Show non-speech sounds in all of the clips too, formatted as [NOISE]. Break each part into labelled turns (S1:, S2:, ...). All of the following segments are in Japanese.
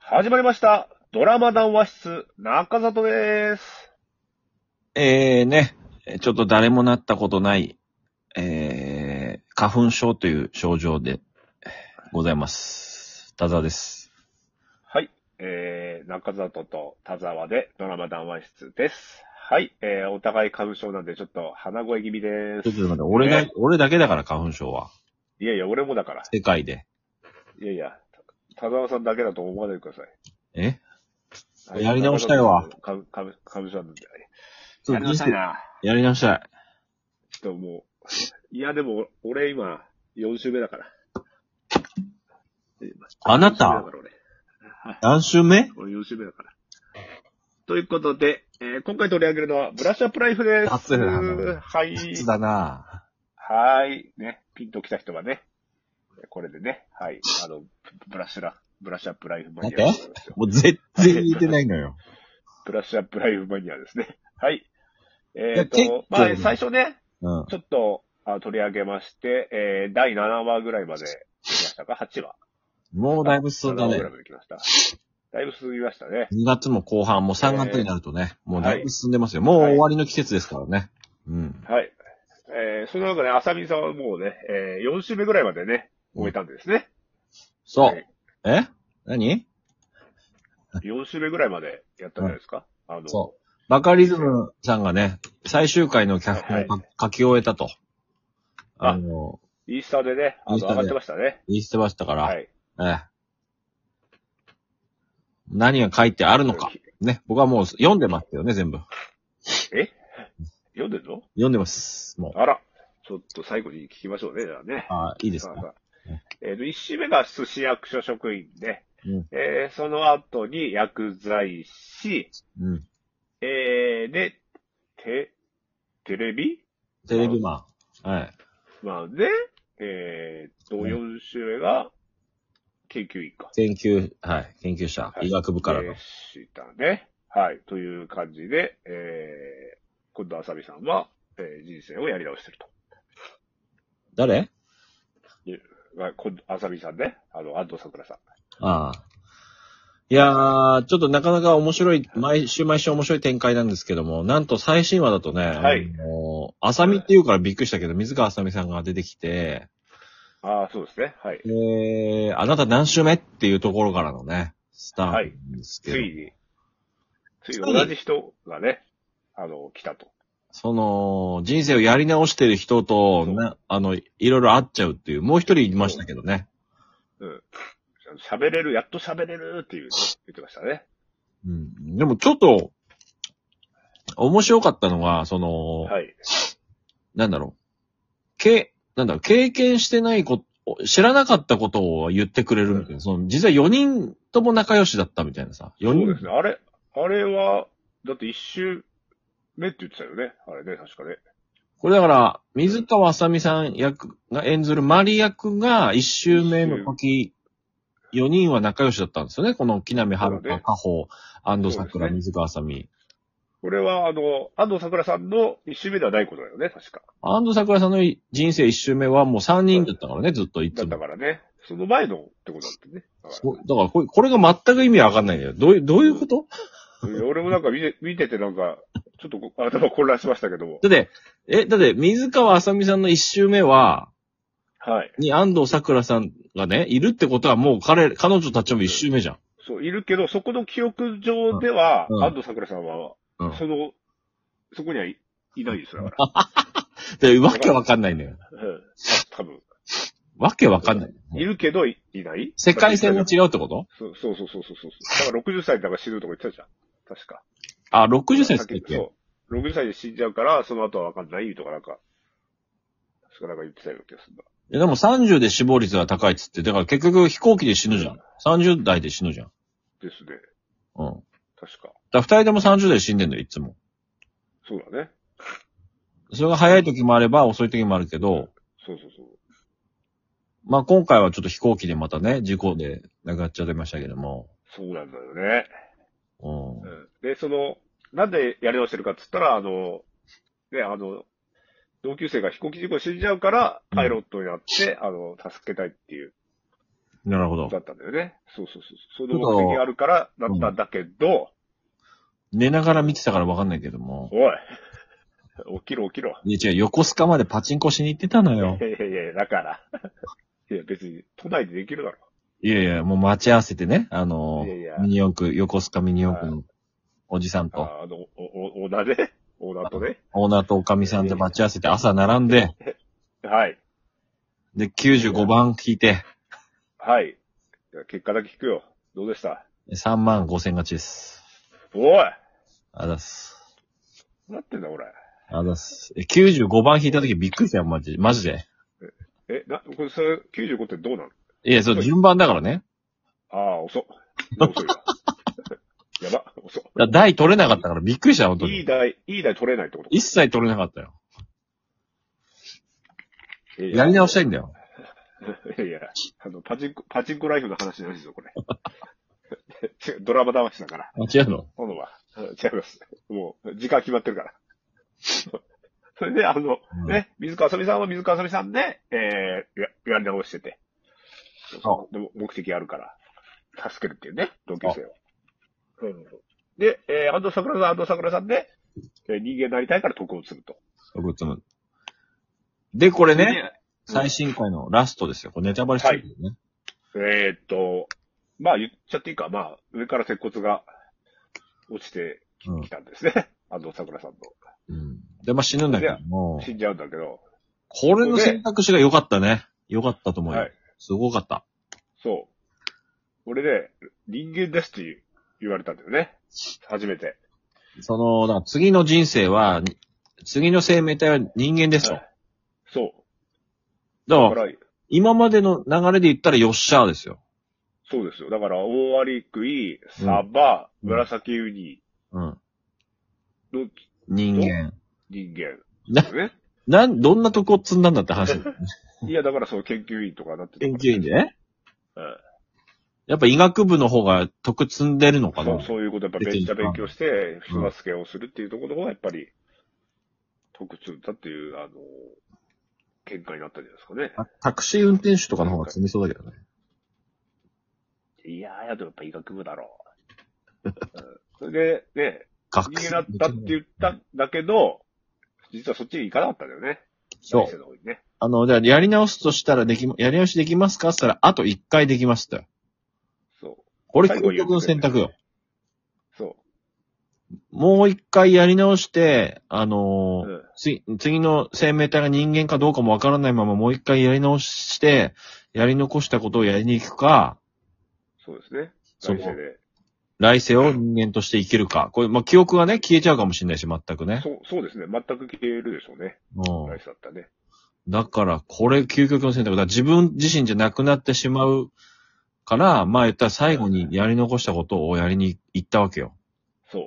S1: 始まりました。ドラマ談話室、中里です。
S2: えー、ね、ちょっと誰もなったことない、えー、花粉症という症状でえーございます。田沢です。
S1: はい。えー、中里と田沢でドラマ談話室です。はい。えー、お互い花粉症なんでちょっと鼻声気味で
S2: ち
S1: す
S2: ょっ。と待って、俺が、
S1: ね
S2: 俺だけだから花粉症は。
S1: いやいや、俺もだから。
S2: 世界で。
S1: いやいや、田沢さんだけだと思わないでくださ
S2: え
S1: い。
S2: やり直したいわ。
S1: 花花花粉症なんで。
S2: ちょっと
S1: な。
S2: やり直したい。
S1: ちょっともう。いや、でも、俺今、4週目だから。
S2: あな
S1: 4週目だ
S2: た
S1: か、ら俺
S2: 何週目
S1: 俺4週目だから。ということで、えー今回取り上げるのは、ブラッシュアップライフです。
S2: 熱いな
S1: はい。
S2: 質だな
S1: はーい。ね、ピンと来た人はね、これでね、はい。あの、ブラッシュラ、ブラッシュアップライフマニアでございますよ
S2: もう全然言えてないのよ。
S1: ブラッシュアップライフマニアですね。はい。えっ、
S2: いや結
S1: と
S2: 構、
S1: まあ、最初ね、
S2: うん。
S1: ちょっとあ取り上げまして、えー、第7話ぐらいまで行きましたか ?8 話。
S2: もうだいぶ進んだ
S1: 7話
S2: ね
S1: ぐ。らいまで行きました。だいぶ進みましたね。
S2: 2月も後半、もう3月になるとね、もうだいぶ進んでますよ。もう終わりの季節ですからね。うん。
S1: はい。えー、その中で、あさみさんはもうね、えー、4週目ぐらいまでね、終えたんですね。
S2: そ。
S1: はいう
S2: え何
S1: 4週目ぐらいまでやったんじゃないですか、あの、
S2: そう。バカリズムさんがね、最終回の脚
S1: はい
S2: 本
S1: は
S2: を書き終えたと。
S1: あ
S2: あの、
S1: インスタでね、あの、
S2: インスタ
S1: 上
S2: で
S1: がってましたね。
S2: 言い捨てましたから、
S1: はい。
S2: ええ何が書いてあるのか。ね、僕はもう読んでますよね、全部。
S1: 読んでるの
S2: 読んでます。もう。
S1: あら、ちょっと最後に聞きましょうね、じゃあね。
S2: あいいです
S1: まあ
S2: か。
S1: まあえっ、と、1週目が寿司役所職員で、
S2: うん
S1: えーその後に薬剤師、
S2: うん。
S1: えー、で、て、テレビ
S2: テレビマン。はい。
S1: まあで、えー、と、
S2: うん
S1: 4週目が、研究員か。
S2: 研究、はい。研究者。
S1: はい
S2: 医学部からの。
S1: でしたね。はい。という感じで、えー、今度あさみさんは、えー人生をやり直してる
S2: 誰
S1: と。はい、今度、あさみさんね。あの、安藤桜さん。
S2: ああ。いやー、ちょっとなかなか面白い、毎週毎週面白い展開なんですけども、なんと最新話だとね、
S1: はい
S2: あのー、あさみっていうからびっくりしたけど、水川あさみさんが出てきて、
S1: ああ、そうですね。はい。
S2: えー、あなた何週目っていうところからのね、スタート
S1: はい
S2: なんですけど、
S1: ついに、ついに同じ人がね、あの、来たと。
S2: その、人生をやり直してる人と、
S1: そう
S2: なあの、いろいろ会っちゃうっていう、もう一人いましたけどね。
S1: うん。 [LAUGHS] 喋れる、やっと喋れるっていうね、言ってましたね。
S2: うん。でもちょっと、面白かったのが、その、
S1: はい。
S2: なんだろう。け、なんだろう、経験してないこと、知らなかったことを言ってくれるみたいな。その、実は4人とも仲良しだったみたいなさ。
S1: そ
S2: 4
S1: う
S2: 人
S1: ですね。あれ、あれは、だって一周目って言ってたよね。あれね、確かね。
S2: これだから、水川あさみさん役が演ずるマリ役が1周目の時、4人は仲良しだったんですよね。この木南春
S1: そうだ
S2: 香、
S1: ね
S2: 加穂、安藤
S1: そうで
S2: 桜、
S1: すね
S2: 水川あさみ。
S1: これは、あの、安藤桜さんの一周目ではないことだよね、確か。
S2: 安藤桜さんの人生1周目はもう3人だったからね、ずっとい
S1: だ
S2: つ
S1: った
S2: も。
S1: からね。その前のってことだってね。だから
S2: そうだからこれ、これが全く意味わかんないんだよ。どういう、どういうこと
S1: うん俺もなんか見て見ててなんか、ちょっとこ頭混乱しましたけども。
S2: だって、え、だって、水川あさみさんの一周目は、
S1: はい。
S2: に安藤桜さんがね、いるってことはもう彼、彼女たちも一周目じゃん。
S1: そう、いるけど、そこの記憶上では、
S2: うんうん
S1: 安藤桜さんは、
S2: うん
S1: その、そこにはい、いないですよ、だか
S2: で、わけわかんないんだよ。
S1: ら。うん。多分。
S2: わけわかんない。
S1: いるけど、いいない
S2: 世界線が
S1: ち
S2: 違うってこと
S1: そうそうそうそうそうそう。だから60歳だから死ぬとか言ってたじゃん。確か。
S2: あ、60歳だっけ
S1: そう。60歳で死んじゃうから、その後はわかんないとかなんか、確かなんか言ってたような気がするんだ。
S2: いやでも30で死亡率が高いっつって、だから結局飛行機で死ぬじゃん。30代で死ぬじゃん。
S1: ですね。
S2: うん。
S1: 確か。
S2: だから二人とも30代で死んでんだよ、いつも。
S1: そうだね。
S2: それが早い時もあれば遅い時もあるけど、
S1: そうそうそう。
S2: まあ今回はちょっと飛行機でまたね、事故で亡くなっちゃいましたけども。
S1: そうなんだよね。
S2: うん
S1: う。ん。で、その、なんでやり直してるかっつったら、あの、ね、あの、同級生が飛行機事故で死んじゃうから、パイロットになって、あの、助けたいっていう
S2: なるほど
S1: だ。ったんだよね。そうそうそう。その目的があるからだったんだけど、
S2: 寝ながら見てたからわかんないけども。
S1: お [LAUGHS] い、起きろ起きろ。
S2: いや違う、横須賀までパチンコしに行ってたのよ
S1: い。やいやいや、だから。 [LAUGHS] いや、別に、都内でできるだろ。
S2: いやいや、もう待ち合わせてね、あの
S1: いやいや、
S2: ミニ四駆、横須賀ミニ四駆のおじさんと、
S1: ああの、お、お、オーナーでオーナーとね。
S2: オーナーとおかみさんと待ち合わせて朝並んで、
S1: はい。
S2: で、95番聞いて、
S1: はい。じゃあ結果だけ聞くよ。どうでした
S2: 3万5千勝ちです。
S1: おい
S2: あざっす。
S1: なってんだ、俺。
S2: あざっす。え95番引いた時びっくりしたよ、マジで。マジで。
S1: え、な、これ、それ、95ってどうなの
S2: いや、そう、順番だからね。
S1: ああ、遅っ。もう遅いわ [LAUGHS] やば、遅っ。
S2: だ台取れなかったからびっくりした、本当
S1: いい
S2: に。
S1: 台、いい台取れないってこと
S2: 一切取れなかったよ。
S1: い
S2: やり直したいんだよ。
S1: いやいや、あの、パチンコ、パチンコライフの話じゃないですよ、これ。 [LAUGHS] 違うドラマ騙しだから。
S2: あ、違うの
S1: 今度は。うん違います。もう、時間決まってるから。 [LAUGHS] それで、あの、
S2: うん
S1: ね、水川あさみさんは水川あさみさんで、えー、や、やり直してて。
S2: そ
S1: でも、目的あるから、助けるっていうね、同級生を。うんで、えー、安藤桜さん、安藤桜さんで、えー人間になりたいから得を積むと。
S2: 僕つむ。で、これね、
S1: うん
S2: 最新回のラストですよ。これネタバレしてるよね。
S1: えーっと、まあ言っちゃっていいか、まあ上から鉄骨が落ちてきたんですね。 [LAUGHS] 安藤桜さんの。
S2: うん。うん。で、まあ死ぬんだけども、
S1: 死んじゃうんだけど、
S2: これの選択肢が良かったね。良かったと思うよ。
S1: はい
S2: すごかった。
S1: そう。俺ね、人間ですって言われたんだよね。初めて。
S2: その、だから次の人生は、に次の生命体は人間ですと。
S1: はいそ
S2: だ
S1: う。だ
S2: か、
S1: からら、
S2: 今までの流れで言ったらよっしゃーですよ。
S1: そうですよ。だから、大アリクイ、サバ、
S2: うん
S1: 紫ウニ
S2: うん。
S1: の
S2: 人間。
S1: 人
S2: な
S1: 間。ね。
S2: なん、どんなとこ積んだんだって
S1: [LAUGHS]
S2: 話。
S1: いや、だからその研究員とかなってたか
S2: 研
S1: ら
S2: 究員でね。
S1: うん
S2: やっぱ医学部の方が得積んでるのか
S1: そう
S2: な
S1: そういうこと、やっぱ
S2: 出て
S1: め
S2: い
S1: っ
S2: い
S1: ち
S2: か
S1: ゃ勉強して、人助けをするっていうところがやっぱり、特通だっていう、あの、見解になったんじゃないですかね。
S2: あタクシー運転手とかの方が積みそうだけどね。
S1: いやー、でもやっぱ医学部だろう。うんそれで、ね、
S2: 学
S1: 逃げなったって言ったんだけど、実はそっちに行かなかったんだよね。
S2: そう
S1: 大生。の方にね。
S2: あの、じゃあやり直すとしたらできま、やり直しできますかって言ったら、あと1回できますって。
S1: そう。
S2: これ
S1: 最後
S2: 究極の選択よ。
S1: そ
S2: もう1回やり直して、あ
S1: う。
S2: のー
S1: うん。
S2: 次、次の生命体が人間かどうかもわからないままもう1回やり直して、やり残したことをやりに行くか、
S1: そうですね。
S2: そう
S1: 大生で。
S2: 来世を人間として生きるか。これ、まあ、記憶がね、消えちゃうかもしれないし、全くね。
S1: そう、そうですね。全く消えるでしょうね。
S2: うん
S1: 大生だったらね。
S2: だから、これ究極の選択だ。自分自身じゃなくなってしまうから、まあ言ったら最後にやり残したことをやりに行ったわけよ。
S1: そう。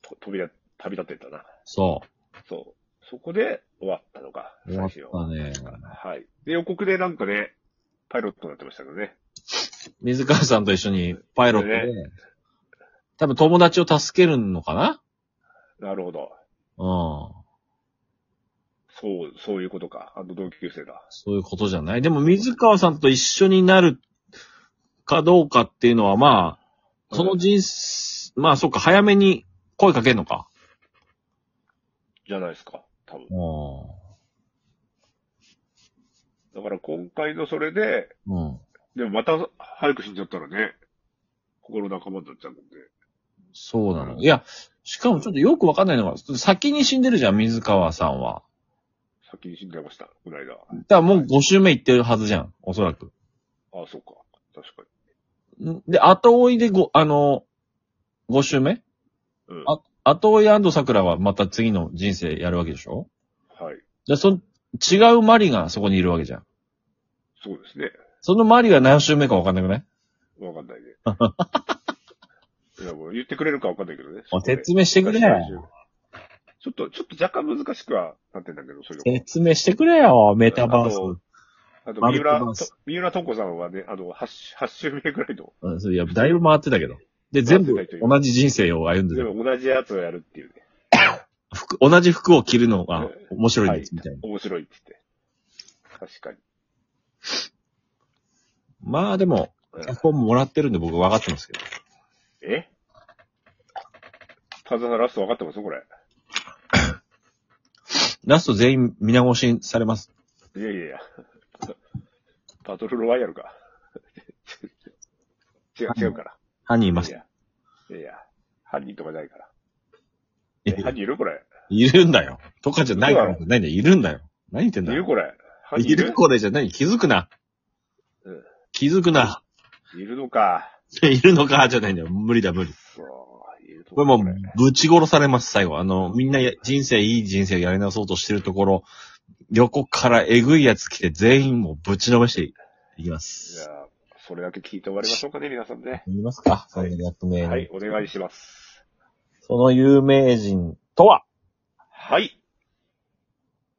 S1: と飛びだ、旅立ってったな。
S2: そ
S1: そう。そこで終わったのか、
S2: う。終わっ
S1: 最初
S2: たね。
S1: はい。で、予告でなんかね、パイロットになってましたけどね。
S2: 水川さんと一緒にパイロットで、多分友達を助けるのかな
S1: なるほど。
S2: うん。
S1: そう、そういうことか。あの同級生だ。
S2: そういうことじゃないでも水川さんと一緒になるかどうかっていうのはまあ、その人生、まあそうか、早めに声かけるのか。
S1: じゃないですか。多分。
S2: う
S1: だから今回のそれで、
S2: ん。うん。
S1: でもまた早く死んじゃったらね、心仲間になっちゃうんで。
S2: そうなの。いや、しかもちょっとよくわかんないのが、先に死んでるじゃん、水川さんは。
S1: 先に死んじゃいました。この間。
S2: だからもう5周目行ってるはずじゃん、おそらく。
S1: ああ、そうか。確か
S2: んで、後追いでごあの、5周目
S1: に。うん。
S2: あ後追い安藤桜はまた次の人生やるわけでしょ
S1: はい。
S2: じゃあ、その、違うマリがそこにいるわけじゃん。
S1: そうですね。
S2: そのマリが何周目かわかんなくない
S1: わかん
S2: [LAUGHS]
S1: ないね。いや、もう言ってくれるかわかんないけどね。
S2: あ説明してくれよ。
S1: ちょっと、ちょっと若干難しくはなってんだけど、それでも。
S2: 説明してくれよ、メタバース
S1: あ。とあと、
S2: マ
S1: 三
S2: ルコバ
S1: 浦
S2: ー
S1: と
S2: ス、
S1: 三浦と子さんはね、あの、8、八周目ぐらいの、
S2: うん、それいや、だいぶ回ってたけど。で、全部
S1: 回ってた人
S2: 同じ人生を歩んで
S1: で
S2: る。
S1: も同じやつをやるっていうね、
S2: 服、同じ服を着るのが面白い
S1: はい
S2: です、みたいな。
S1: 面白いって言って。確かに。
S2: まあでも、脚本もらってるんで僕分かってますけど。
S1: え田沢さんラスト分かってますこれ。
S2: ラスト全員皆越しにされます。
S1: いやいやいや。パトルロワイヤルか。違う、違うから。
S2: 犯人いま
S1: い
S2: す。
S1: や。いやいや。犯人とかじゃないから。
S2: い
S1: え、犯人いるこれ。
S2: るんだよ。とかじゃないから、ないんだよ。いるんだよ。何言ってん
S1: い
S2: だ
S1: る
S2: よ。
S1: これ。犯人
S2: い
S1: い
S2: る
S1: る
S2: これじゃない。気づくな
S1: うん。
S2: 気づくな。 [LAUGHS]
S1: いるのか。
S2: いるのかじゃないんだよ。無理だ、無理。
S1: そう、いると
S2: これ
S1: 思
S2: も
S1: う
S2: う、ぶち殺されます、最後。あの、みんなや人生、いい人生をやり直そうとしてるところ、横からえぐいやつ来て全員もうぶちのめしていきま
S1: じゃ
S2: す。
S1: あ、それだけ聞いて終わりましょうかね、皆さんね。
S2: 見ますかそ
S1: は
S2: の
S1: い
S2: 役名に
S1: はい、お願いします。
S2: その有名人とは
S1: はい。